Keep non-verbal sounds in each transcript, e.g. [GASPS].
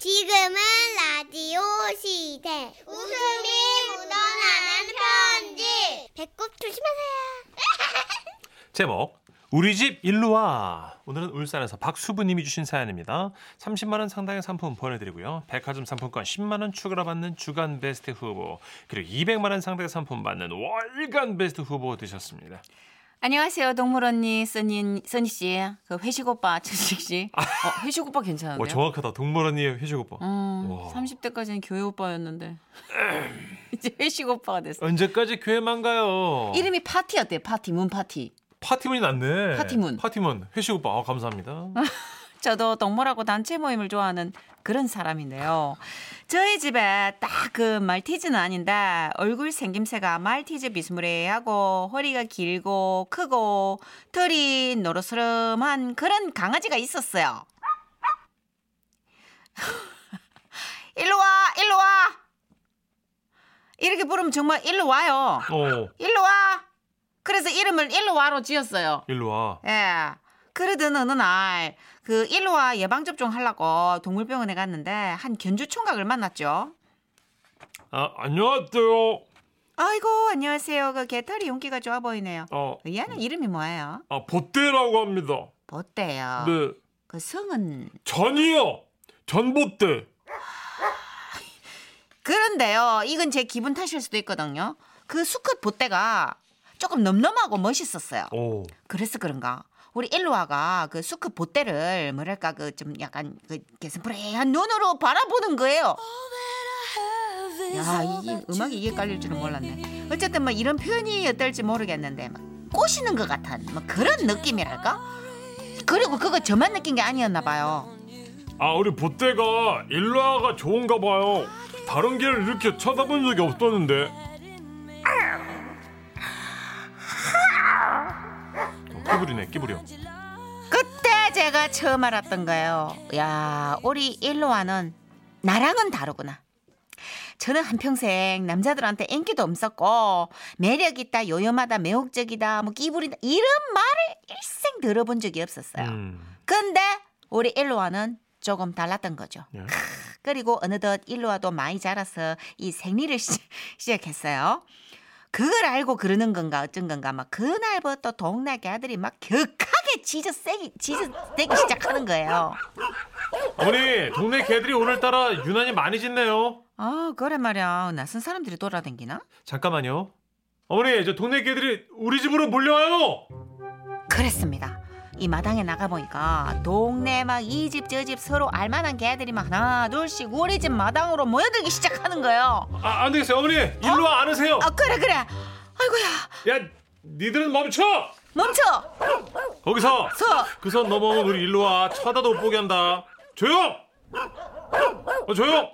지금은 라디오 시대. 웃음이 묻어나는 편지. 배꼽 조심하세요. 제목 우리 집 일로와 오늘은 울산에서 박수부님이 주신 사연입니다. 30만 원 상당의 상품 보내드리고요. 백화점 상품권 10만 원 추가로 받는 주간 베스트 후보 그리고 200만 원 상당의 상품 받는 월간 베스트 후보 되셨습니다. 안녕하세요, 동물 언니 써니 써니 씨, 그 회식 오빠 [LAUGHS] 천식 씨. 어, 회식 오빠 아. 괜찮은데요? 와 정확하다. 동물원이의 회식 오빠. 음, 와. 30대까지는 [LAUGHS] 교회 오빠였는데 이제 회식 오빠가 됐어. 언제까지 교회만 가요? 이름이 파티였대, 파티 문 파티. 파티문이 낫네. 파티문. 파티문 회식 오빠 어, [LAUGHS] 감사합니다. 저도 동물하고 단체 모임을 좋아하는 그런 사람인데요. 저희 집에 딱 그 말티즈는 아닌데 얼굴 생김새가 말티즈 비스무리하고 허리가 길고 크고 털이 노릇스름한 그런 강아지가 있었어요. [LAUGHS] 일로 와, 일로 와. 이렇게 부르면 정말 일로 와요. 어 일로 와. 그래서 이름을 일로 와로 지었어요. 일로 와. 예. 그러던 어느 날, 그 일로와 예방접종 하려고 동물병원에 갔는데, 한 견주총각을 만났죠. 아 안녕하세요. 아이고, 안녕하세요. 그 개털이 용기가 좋아 보이네요. 어, 그 얘는 이름이 뭐예요? 아 보떼라고 합니다. 어때요? 네 그 성은. 전이요. 전보떼. 그런데요, 이건 제 기분 탓일 수도 있거든요. 그 수컷 보떼가 조금 넘넘하고 멋있었어요. 오. 그래서 그런가? 우리 일로아가 그 수컷 보떼를 뭐랄까 그 좀 약간 그 개슴푸레한 눈으로 바라보는 거예요. 야, 이 음악이 이게 깔릴 줄은 몰랐네. 어쨌든 뭐 이런 표현이 어떨지 모르겠는데 막 꼬시는 것 같은 뭐 그런 느낌이랄까? 그리고 그거 저만 느낀 게 아니었나 봐요. 아 우리 보떼가 일로아가 좋은가 봐요 다른 개를 이렇게 쳐다본 적이 없었는데 어, 끼부리네 끼부려 그때 제가 처음 알았던 거예요. 야, 우리 일로와는 나랑은 다르구나. 저는 한평생 남자들한테 인기도 없었고 매력 있다, 요염하다, 매혹적이다, 뭐 끼부린다 이런 말을 일생 들어본 적이 없었어요. 음, 근데 우리 일로와는 조금 달랐던 거죠. 예. 그리고 어느덧 일로와도 많이 자라서 이 생리를 [LAUGHS] 시, 작했어요 그걸 알고 그러는 건가 어쩐 건가 막 그날부터 동네 개들이 막 격하게 짖어대기 짖어대기 시작하는 거예요. 어머니 동네 개들이 오늘따라 유난히 많이 짖네요 아 그래 말이야 낯선 사람들이 돌아다니나? 잠깐만요 어머니 저 동네 개들이 우리 집으로 몰려와요 그랬습니다. 이 마당에 나가보니까 동네 막 이 집 저 집 서로 알만한 개들이 막 하나 둘씩 우리 집 마당으로 모여들기 시작하는 거예요. 아 안되겠어요 어머니 일로와 안 오세요 아 그래 그래 아이고야 야 니들은 멈춰 멈춰 거기서 서 그 선 넘어오면 우리 일로와 쳐다도 못 보게 한다 조용 어, 조용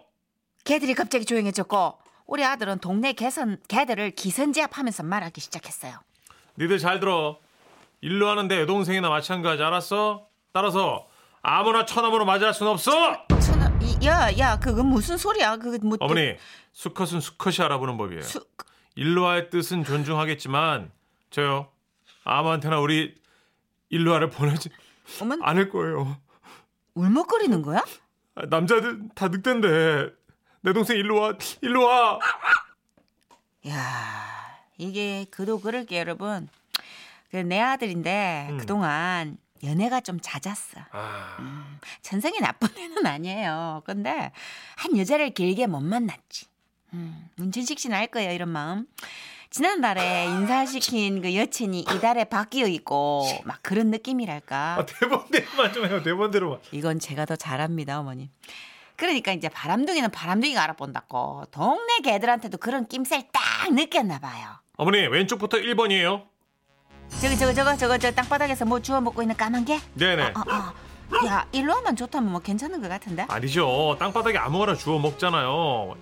개들이 갑자기 조용해졌고 우리 아들은 동네 개선 개들을 기선제압하면서 말하기 시작했어요. 니들 잘 들어. 일로 하는데 여동생이나 마찬가지 알았어? 따라서 아무나 천함으로 맞이할 순 없어. 천하, 이- 야, 야, 그건 무슨 소리야? 그거 뭐 또- 어머니, 수컷은 수컷이 알아보는 법이에요. 수- 일로와의 뜻은 존중하겠지만 저요 아무한테나 우리 일로와를 보내지 어머, 않을 거예요. 울먹거리는 거야? 아, 남자들 다 늑대인데 내 동생 일로와 일로와. 야, 이게 그도 그럴게 여러분. 그내 아들인데 음. 그동안 연애가 좀 잦았어. 음, 아, 전생이 나쁜 애는 아니에요. 근데 한 여자를 길게 못 만났지. 음, 문춘식 씨는 알 거예요, 이런 마음. 지난달에 인사시킨 그 여친이 이달에 바뀌어 있고 막 그런 느낌이랄까. 아, 대본대로만 좀 해요. 대본대로만. 이건 제가 더 잘합니다, 어머님. 그러니까 이제 바람둥이는 바람둥이가 알아본다고 동네 개들한테도 그런 낌새를 딱 느꼈나 봐요. 어머니 왼쪽부터 1번이에요. 저기 저거 저거 저거 저 땅바닥에서 뭐 주워 먹고 있는 까만 개? 네네. 어, 어. 야, 일로 하면 좋다면 뭐 괜찮은 것 같은데? 아니죠. 땅바닥에 아무거나 주워 먹잖아요.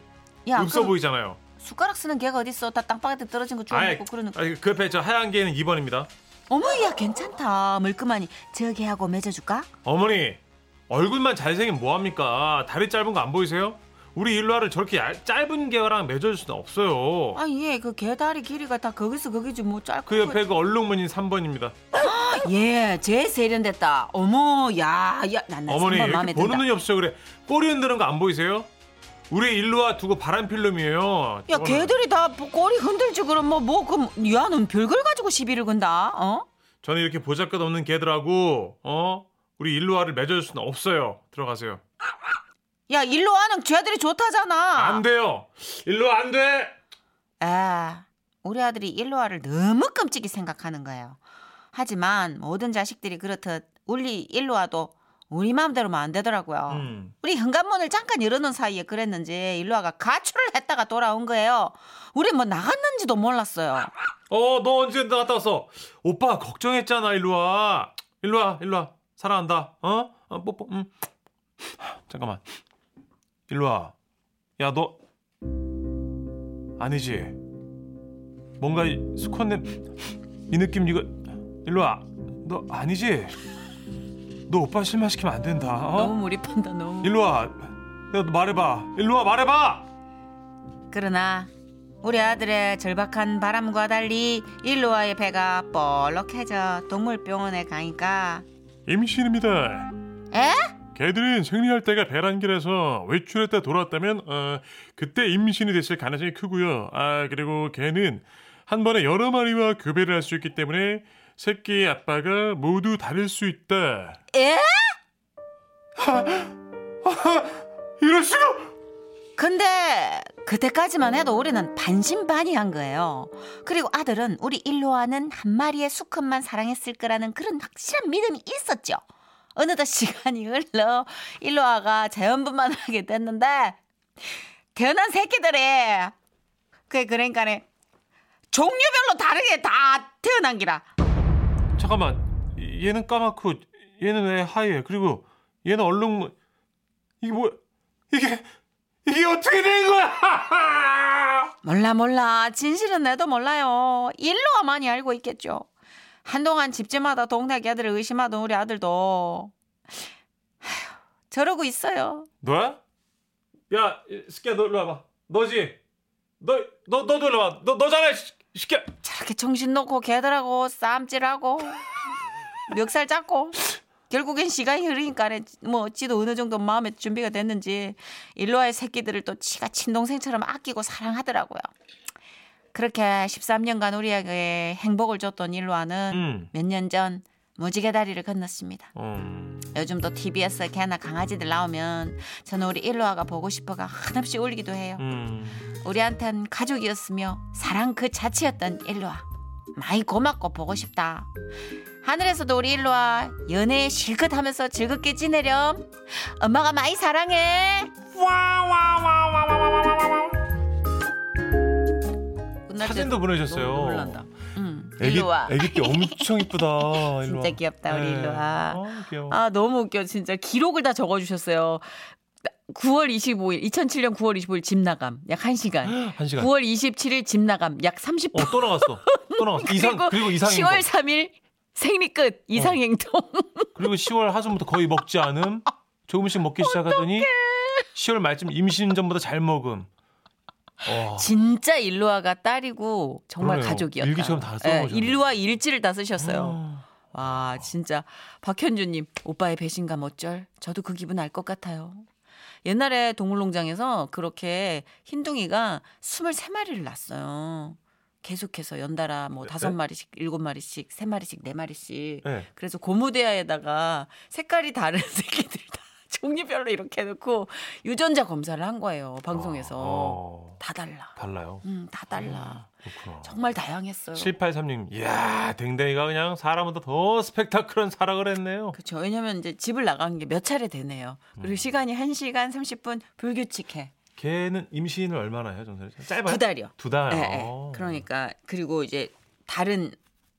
야, 없어 그럼 보이잖아요. 숟가락 쓰는 개가 어딨어? 다 땅바닥에 떨어진 거 주워 아이, 먹고 그러는 거. 아이, 그 옆에 저 하얀 개는 2번입니다. 어머야, 괜찮다. 멀끔하니 저 개하고 맺어줄까? 뭐 어머니 얼굴만 잘생긴 뭐합니까? 다리 짧은 거 안 보이세요? 우리 일루아를 저렇게 얇- 짧은 개화랑 맺어줄 수는 없어요. 아, 예, 그 개다리 길이가 다 거기서 거기지 뭐 짧고. 그 옆에 그 얼룩무늬 3번입니다. 예, 제일 세련됐다. 어머, 야, 야, 난 어머니 네, 3번 이렇게 마음에 보는 든다. 눈이 없어요. 그래 꼬리 흔드는 거 안 보이세요? 우리 일루아 두고 바람 필름이에요. 야, 저거는. 걔들이 다 꼬리 흔들지 그럼 뭐, 뭐, 그, 야, 넌 별걸 가지고 시비를 건다, 어? 저는 이렇게 보잘것없는 개들하고 어 우리 일루아를 맺어줄 수는 없어요. 들어가세요. 야, 일로 와는 쟤들이 좋다잖아. 안 돼요. 일루아 안 돼. 아, 우리 아들이 일로아를 너무 끔찍이 생각하는 거예요. 하지만 모든 자식들이 그렇듯 우리 일로아도 우리 마음대로만 안 되더라고요. 음. 우리 현관문을 잠깐 열어놓은 사이에 그랬는지 일로아가 가출을 했다가 돌아온 거예요. 우리 뭐 나갔는지도 몰랐어요. 어너 언제 나갔다 왔어? 오빠 걱정했잖아 일루아. 일루아 일루아 사랑한다. 어? 어 뽀뽀. 음. 잠깐만. 일루아. 야 너 아니지. 뭔가 이 수컷냄 이 느낌 이거 일루아. 너 아니지? 너 오빠 실망시키면 안 된다. 어? 너무 몰입한다 너무. 일루아. 야, 너 말해봐. 일루아 말해봐. 그러나 우리 아들의 절박한 바람과 달리 일로아의 배가 볼록해져 동물병원에 가니까 임신입니다. 에? 개들은 생리할 때가 배란길에서 외출했다 돌아왔다면 어, 그때 임신이 됐을 가능성이 크고요. 아 그리고 개는 한 번에 여러 마리와 교배를 할 수 있기 때문에 새끼의 아빠가 모두 다를 수 있다. 에? 이럴 수가! 근데 그때까지만 해도 우리는 반신반의한 거예요. 그리고 아들은 우리 일로아는 한 마리의 수컷만 사랑했을 거라는 그런 확실한 믿음이 있었죠. 어느덧 시간이 흘러 일로아가 자연분만을 하게 됐는데 태어난 새끼들이 그게 그러니까네 종류별로 다르게 다 태어난 기라. 잠깐만 얘는 까맣고 얘는 왜 하얘? 그리고 얘는 얼룩무 이게 뭐 이게 이게 어떻게 된 거야? [LAUGHS] 몰라 몰라 진실은 나도 몰라요 일로와만이 알고 있겠죠 한동안 집집마다 동네 개들을 의심하던 우리 아들도 아휴, 저러고 있어요 너야? 야, 스키야 너 일로 와봐. 너지? 너, 너, 너도 일로 와. 너, 너잖아, 스키야. 저렇게 정신 놓고 개들하고 쌈질하고 멱살 잡고 결국엔 시간이 흐르니까 뭐 지도 어느 정도 마음의 준비가 됐는지 일로와의 새끼들을 또 지가 친동생처럼 아끼고 사랑하더라고요 그렇게 13년간 우리에게 행복을 줬던 일로와는 응. 몇 년 전 무지개 다리를 건넜습니다. 음. 요즘 또 TBS에 개나 강아지들 나오면 저는 우리 일로아가 보고 싶어가 한없이 울기도 해요. 음. 우리한텐 가족이었으며 사랑 그 자체였던 일로아. 많이 고맙고 보고 싶다. 하늘에서도 우리 일로아 연애 실컷 하면서 즐겁게 지내렴. 엄마가 많이 사랑해. 끝날 때 사진도 보내셨어요. 너무 눈물 난다. 응, 애기, 일로아. 애기 때 엄청 이쁘다. 일로 [LAUGHS] 진짜 와. 귀엽다, 우리 네. 일로 와. 어, 귀여워. 아 너무 웃겨 진짜 기록을 다 적어주셨어요. 9월 25일 2007년 9월 25일 집 나감 약 [GASPS] 1시간 한 시간. 9월 27일 집 나감 약 30분 어, 또 나갔어. 또 나갔어. 이상, [LAUGHS] 그리고, 그리고 어. 이상인 10월 거. 3일 생리 끝 이상행동 어. 그리고 10월 하순부터 거의 먹지 않음. 조금씩 먹기 시작하더니 10월 말쯤 임신 전보다 잘 먹음. 어. [LAUGHS] 진짜 일루아가 딸이고 정말 그러네요. 가족이었다 일기처럼 다 예, 써놓으셨네. 일루아 [LAUGHS] 일지를 다 쓰셨어요 어. 와 아, 진짜 박현주님 오빠의 배신감 어쩔 저도 그 기분 알 것 같아요 옛날에 동물농장에서 그렇게 흰둥이가 23마리를 낳았어요 계속해서 연달아 뭐 다섯 마리씩 일곱 마리씩 세 마리씩 네 마리씩 네. 그래서 고무대야에다가 색깔이 다른 [LAUGHS] 새끼들 다 종류별로 이렇게 해놓고 유전자 검사를 한 거예요 방송에서 어, 어. 다 달라 달라요. 음 다 달라 그렇구나. 정말 다양했어요 7836님, 이야, 댕댕이가 그냥 사람보다 더 스펙타클한 사랑을 했네요. 그렇죠. 왜냐면 이제 집을 나간 게 몇 차례 되네요. 음. 그리고 시간이 1시간 30분 불규칙해. 걔는 임신을 얼마나 해요, 정선이? 짧아요? 두 달이요. 두 달. 예, 예. 어. 그러니까 그리고 이제 다른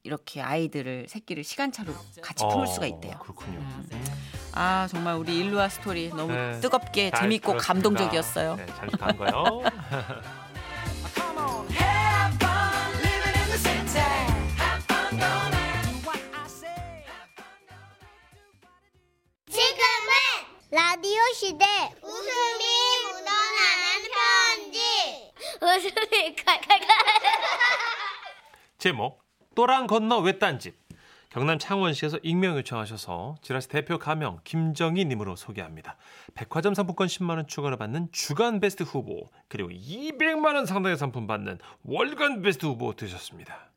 이렇게 아이들을 새끼를 시간차로 같이 품을 어, 수가 있대요. 그렇군요. 아, 정말 우리 일루아 스토리 너무 네. 뜨겁게 잘 재밌고 들었습니다. 감동적이었어요. 네, 잠시 간 거요. [LAUGHS] 지금은 라디오 시대 웃음이 묻어나는 제목 또랑 건너 외딴집 경남 창원시에서 익명 요청하셔서 지라시 대표 가명 김정희님으로 소개합니다. 백화점 상품권 10만 원 추가로 받는 주간 베스트 후보 그리고 200만 원 상당의 상품 받는 월간 베스트 후보 되셨습니다.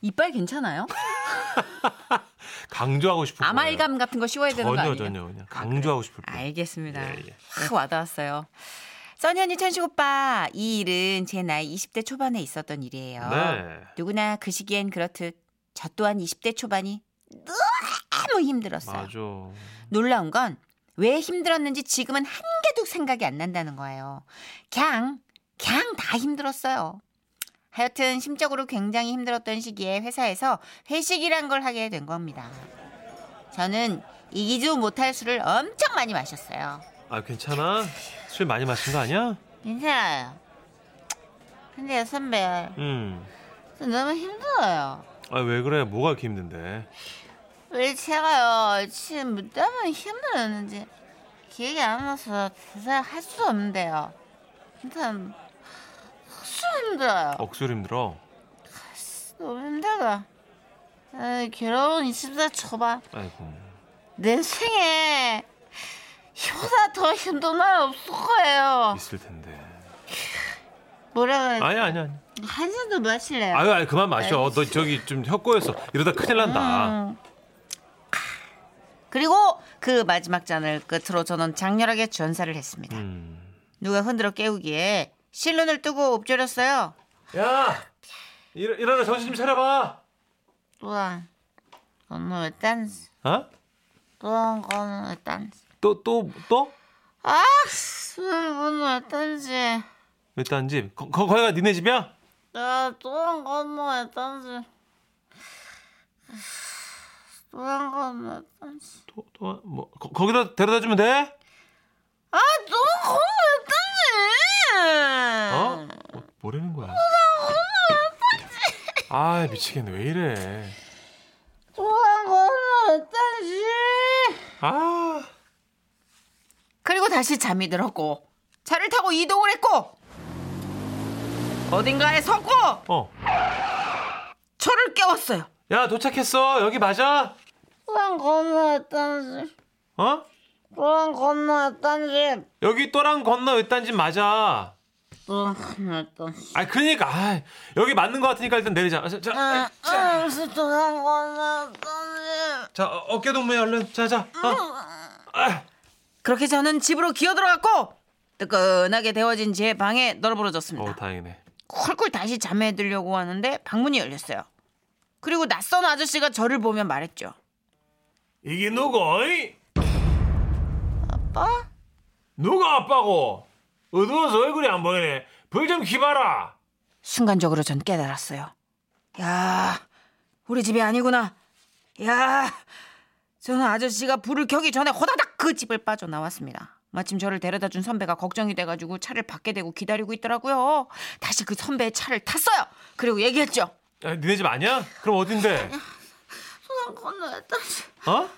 이빨 괜찮아요? 강조하고 싶은 아말감 같은 거 씌워야 거예요. 되는 거 네. 전혀 아니에요? 전혀 그냥 강조하고 싶을 뿐. 알겠습니다. 예, 예. 확 와닿았어요. 써니언니 천식 오빠 이 일은 제 나이 20대 초반에 있었던 일이에요. 네. 누구나 그 시기엔 그렇듯 저 또한 20대 초반이 너무 힘들었어요. 맞아. 놀라운 건 왜 힘들었는지 지금은 한 개도 생각이 안 난다는 거예요. 그냥 그냥 다 힘들었어요. 하여튼 심적으로 굉장히 힘들었던 시기에 회사에서 회식이란 걸 하게 된 겁니다. 저는 이기지 못할 술을 엄청 많이 마셨어요. 아 괜찮아? 술 많이 마신 거 아니야? 괜찮아요. 근데요 선배, 음. 저 너무 힘들어요. 아 왜 그래? 뭐가 이렇게 힘든데? 어. 왜 제가요 지금 뭐 때문에 힘들었는지 기억이 안 나서 대사를 할 수도 없는데요. 일단 확실히 힘들어요. 억수로 힘들어. 너무 힘들다. 아, 괴로운 20대 초반 아이고. 내 생에 이보다 더 힘든 날 없을 거예요. 있을 텐데. 뭐라고 해야 아니 아니 아니. 한 잔도 마실래요? 아유 아유 그만 마셔. 너 저기 좀 혀꼬여서 이러다 큰일 난다. 음. 그리고 그 마지막 잔을 끝으로 저는 장렬하게 전사를 했습니다. 음. 누가 흔들어 깨우기에 실눈을 뜨고 엎드렸어요. 야 일, 일어나 정신 좀 차려봐. 또한 건너 왜 딴지 어? 또한 건너 왜 딴지 또 또 또? 아 또한 건너 왜 딴지 일단 집. 거, 거, 거기가 니네 집이야? 야 또한 건너 왜 딴지 또한 건너 왜 딴지 또또뭐 거기다 데려다 주면 돼? 아 또한 건너 어? 왜 딴지 뭐, 뭐라는 거야? 아 미치겠네 왜 이래? 또한 건너 왜 딴지 아 그리고 다시 잠이 들었고 차를 타고 이동을 했고 어딘가에 섰고 어. 저를 깨웠어요. 야 도착했어 여기 맞아? 또한 건너였단지 어? 또한 건너였단지 여기 또랑 건너 일단 집 맞아. 또한 건너였단지 아 그러니까 아, 여기 맞는 것 같으니까 일단 내리자. 아, 자, 자, 아, 자. 또한 건너였단지 자 어, 어깨 동무에 얼른 자자 어. 아, 그렇게 저는 집으로 기어들어갔고 뜨끈하게 데워진 제 방에 널브러졌습니다. 어 다행이네 쿨쿨 다시 잠에 들려고 하는데 방문이 열렸어요. 그리고 낯선 아저씨가 저를 보며 말했죠. 이게 누구이? 아빠? 누가 아빠고 어두워서 얼굴이 안 보이네 불 좀 키봐라 순간적으로 전 깨달았어요. 야, 우리 집이 아니구나. 야, 저는 아저씨가 불을 켜기 전에 호다닥 그 집을 빠져나왔습니다. 마침 저를 데려다 준 선배가 걱정이 돼가지고 차를 밖에 대고 기다리고 있더라고요. 다시 그 선배의 차를 탔어요. 그리고 얘기했죠. 아, 니네 집 아니야? 그럼 어딘데? 도난 건너였단지. 어?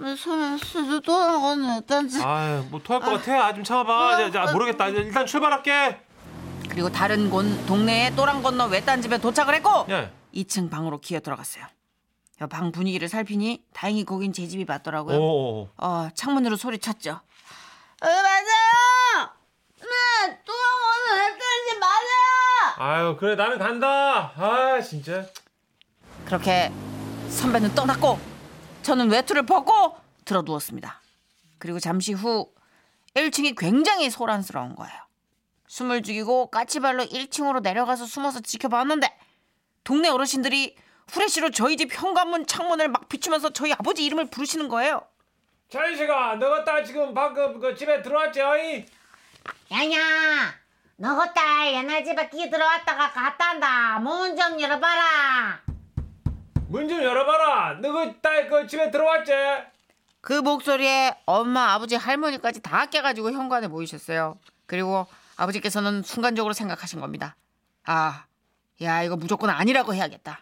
내 손에 쓰도 도난 건너였단지. 아뭐 토할 것 같아 아 좀 참아봐 자, 자, 모르겠다 일단 출발할게 그리고 다른 곳 동네에 또랑 건너 외딴 집에 도착을 했고 예. 2층 방으로 기어 들어갔어요. 방 분위기를 살피니 다행히 거긴 제 집이 맞더라고요. 오오오 어, 창문으로 소리쳤죠. 어, 맞아요! 네, 또오늘 했던지 맞아요! 아유 그래 나는 간다 아 진짜 그렇게 선배는 떠났고, 저는 외투를 벗고 들어 누웠습니다. 그리고 잠시 후 1층이 굉장히 소란스러운 거예요. 숨을 죽이고 까치발로 1층으로 내려가서 숨어서 지켜봤는데, 동네 어르신들이 후레쉬로 저희 집 현관문 창문을 막 비추면서 저희 아버지 이름을 부르시는 거예요. 찬식아 너가 딸 지금 방금 그 집에 들어왔지 어이? 야야 너가 딸 옛날 집에 끼 들어왔다가 갔단다 문 좀 열어봐라 문 좀 열어봐라 너가 딸그 집에 들어왔지? 그 목소리에 엄마, 아버지, 할머니까지 다 깨가지고 현관에 모이셨어요. 그리고 아버지께서는 순간적으로 생각하신 겁니다. 아, 야, 이거 무조건 아니라고 해야겠다.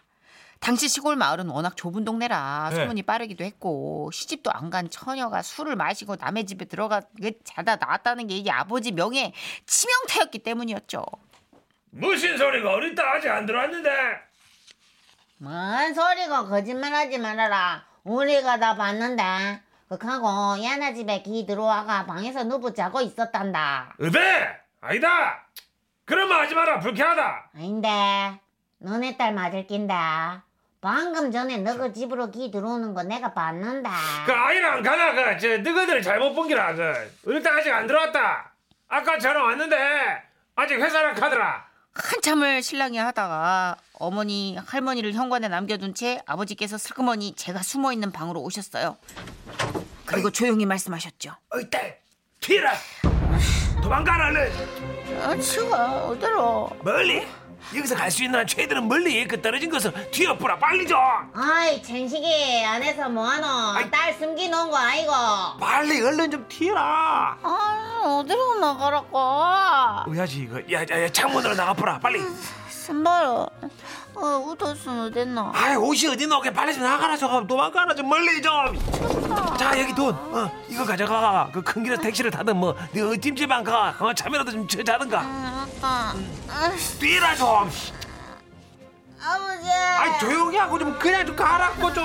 당시 시골 마을은 워낙 좁은 동네라 네. 소문이 빠르기도 했고 시집도 안 간 처녀가 술을 마시고 남의 집에 들어가 자다 나왔다는 게 이게 아버지 명예 치명타였기 때문이었죠. 무슨 소리가 우리 딸 아직 안 들어왔는데 뭔 소리고 거짓말하지 말아라. 우리가 다 봤는데. 극하고 야나 집에 기 들어와가 방에서 누부 자고 있었단다. 으대! 아니다! 그런 말 하지 마라! 불쾌하다! 아닌데. 너네 딸 맞을 낀데. 방금 전에 너그 집으로 기 들어오는 거 내가 봤는데. 그 아이랑 가나 그저 너희들 잘못 본 기라 그 일단 아직 안 들어왔다 아까 전화 왔는데 아직 회사랑 가더라 한참을 신랑이 하다가 어머니 할머니를 현관에 남겨둔 채 아버지께서 슬그머니 제가 숨어있는 방으로 오셨어요. 그리고 조용히 말씀하셨죠. 어이 딸 튀라 도망가라 얼른 아, 치가 어디로? 멀리 여기서 갈 수 있는 한 최대한 멀리 그 떨어진 것을 튀어뿌라 빨리 좀 아이, 젠식이 안에서 뭐하노? 딸 숨기놓은 거 아이고. 빨리 얼른 좀 튀라 아, 어디로 나가라고? 의아지 이거 야야 창문으로 나가뿌라 빨리 신발, 어, 우도스는 어딨나? 아이 옷이 어디 놓게 빨리 좀 나가라 좀 도망가라 좀 멀리 좀 자 여기 돈 어, 이거 가져가 그 큰 길에서 택시를 타든 뭐네 찜질방 가 어, 잠이라도 좀 자- 자든가 아빠, 뛰라 좀 아버지. 아이 조용히 하고 좀 그냥 좀 가라고 좀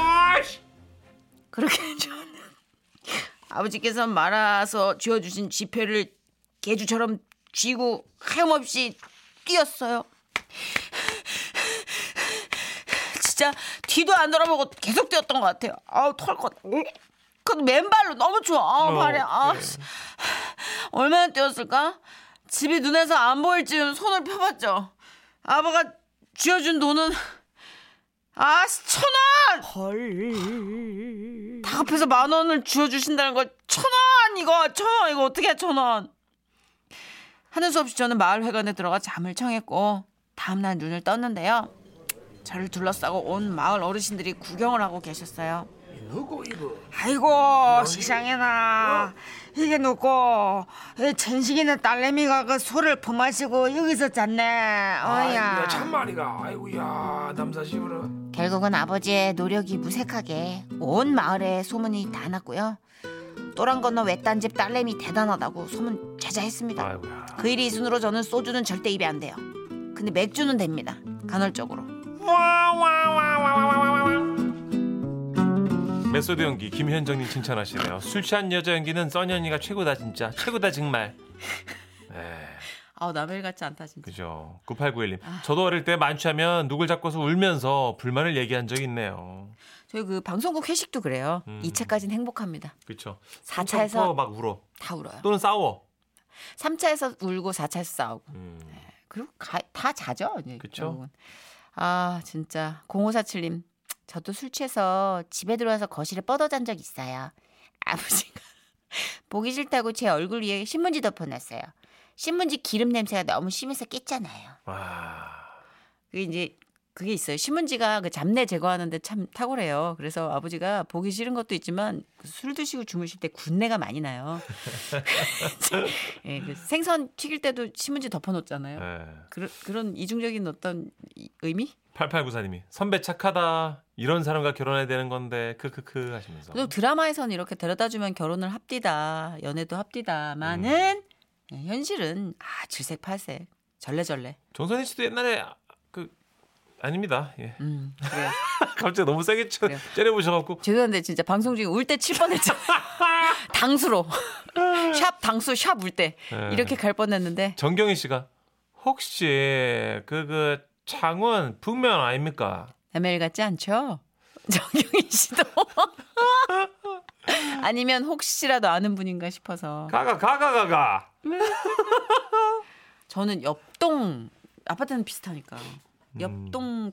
그렇게 [LAUGHS] 저는 아버지께서 말아서 쥐어주신 지폐를 개주처럼 쥐고 하염없이 뛰었어요. 진짜 뒤도 안 돌아보고 계속 뛰었던 것 같아요. 아우 털것. 그래도 맨발로 너무 추워. 아우 어, 발에. 아, 그래. 씨. 얼마나 뛰었을까? 집이 눈에서 안 보일 지금 손을 펴봤죠. 아버가 쥐어준 돈은 아씨 천 원. 다 앞에서 만 원을 쥐어주신다는 거 천 원 이거 천 원 이거 어떻게 천 원 하는 수 없이 저는 마을회관에 들어가 잠을 청했고 다음날 눈을 떴는데요 저를 둘러싸고 온 마을 어르신들이 구경을 하고 계셨어요 누구 예. 이거 어, 아이고 아, 세상에나 이게 누구 이 젠식이는 딸내미가 그 술을 퍼마시고 여기서 잤네 어야 참말이가 아이고 야 남사시부러 결국은 아버지의 노력이 무색하게 온 마을에 소문이 다 났고요. 또란 건너 외딴 집 딸내미 대단하다고 소문 자자했습니다. 아이고야 그 일이 이순으로 저는 소주는 절대 입에 안 돼요. 근데 맥주는 됩니다. 간헐적으로. 메소드 연기 김현정님 칭찬하시네요 술 취한 여자 연기는 써니언니가 최고다 진짜 최고다 정말 에 아우 남일 같지 않다 진짜. 그죠. 9891님. 아. 저도 어릴 때 만취하면 누굴 잡고서 울면서 불만을 얘기한 적이 있네요. 저희 그 방송국 회식도 그래요. 음. 2차까지는 행복합니다. 그렇죠. 4차에서 막 울어. 다 울어요. 또는 싸워. 3차에서 울고 4차에서 싸우고. 음. 그리고 가- 다 자죠. 이제 그쵸. 결국은. 아 진짜 0547님 저도 술 취해서 집에 들어와서 거실에 뻗어잔 적 있어요. 아버지가 [LAUGHS] 보기 싫다고 제 얼굴 위에 신문지 덮어놨어요. 신문지 기름 냄새가 너무 심해서 깼잖아요. 아. 그게 이제 그게 있어요. 신문지가 그 잡내 제거하는데 참 탁월해요. 그래서 아버지가 보기 싫은 것도 있지만 그 술 드시고 주무실 때 군내가 많이 나요. [LAUGHS] 예, 그 생선 튀길 때도 신문지 덮어놓잖아요. 예. 그런 그런 이중적인 어떤 이- 의미? 8894님이 선배 착하다. 이런 사람과 결혼해야 되는 건데 크크크 하시면서. 또 드라마에선 이렇게 데려다주면 결혼을 합디다, 연애도 합디다만은 현실은 아 질색팔색, 절레절레. 정선희 씨도 옛날에 그 아닙니다. 예. 음, 그래요. [LAUGHS] 갑자기 너무 세게 쳐, 그래요. 째려보셔갖고 죄송한데 진짜 방송 중에 울 때 칠 뻔했잖아요. 당수로 샵 당수 샵 울 때 예. 이렇게 갈 뻔했는데 정경희 씨가 혹시 그그 창원 북면 아닙니까? 남의 일 같지 않죠? [LAUGHS] 정경희 씨도 [LAUGHS] 아니면 혹시라도 아는 분인가 싶어서 가가 가가 가가. 저는 옆동 아파트는 비슷하니까 옆동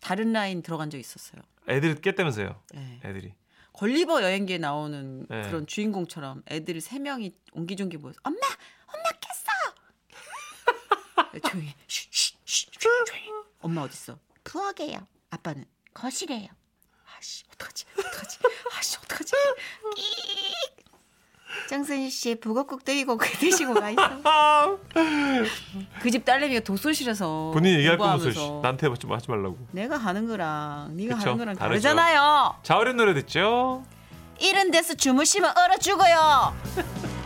다른 라인 들어간 적 있었어요. 애들이 깼다면서요. 예. 애들이. 걸리버 여행기에 나오는 네. 그런 주인공처럼 애들이 세 명이 옹기종기 모여서 엄마 엄마 깼어 [LAUGHS] 조용히 쉿쉿쉿 조용히 엄마 어딨어 부엌에요 아빠는 거실에요 아씨 어떡하지 어떡하지 아씨 어떡하지 정선희 씨 북어국 끓이고 그 [LAUGHS] 드시고 가 있어 그 집 딸내미가 도서실에서 본인 얘기할 거면서 씨, 공부하면서 나한테 좀 하지 말라고. 내가 하는 거랑 네가 그쵸, 하는 거랑 다르죠. 다르잖아요 자우림 노래 듣죠? 이런 데서 주무시면 얼어 죽어요.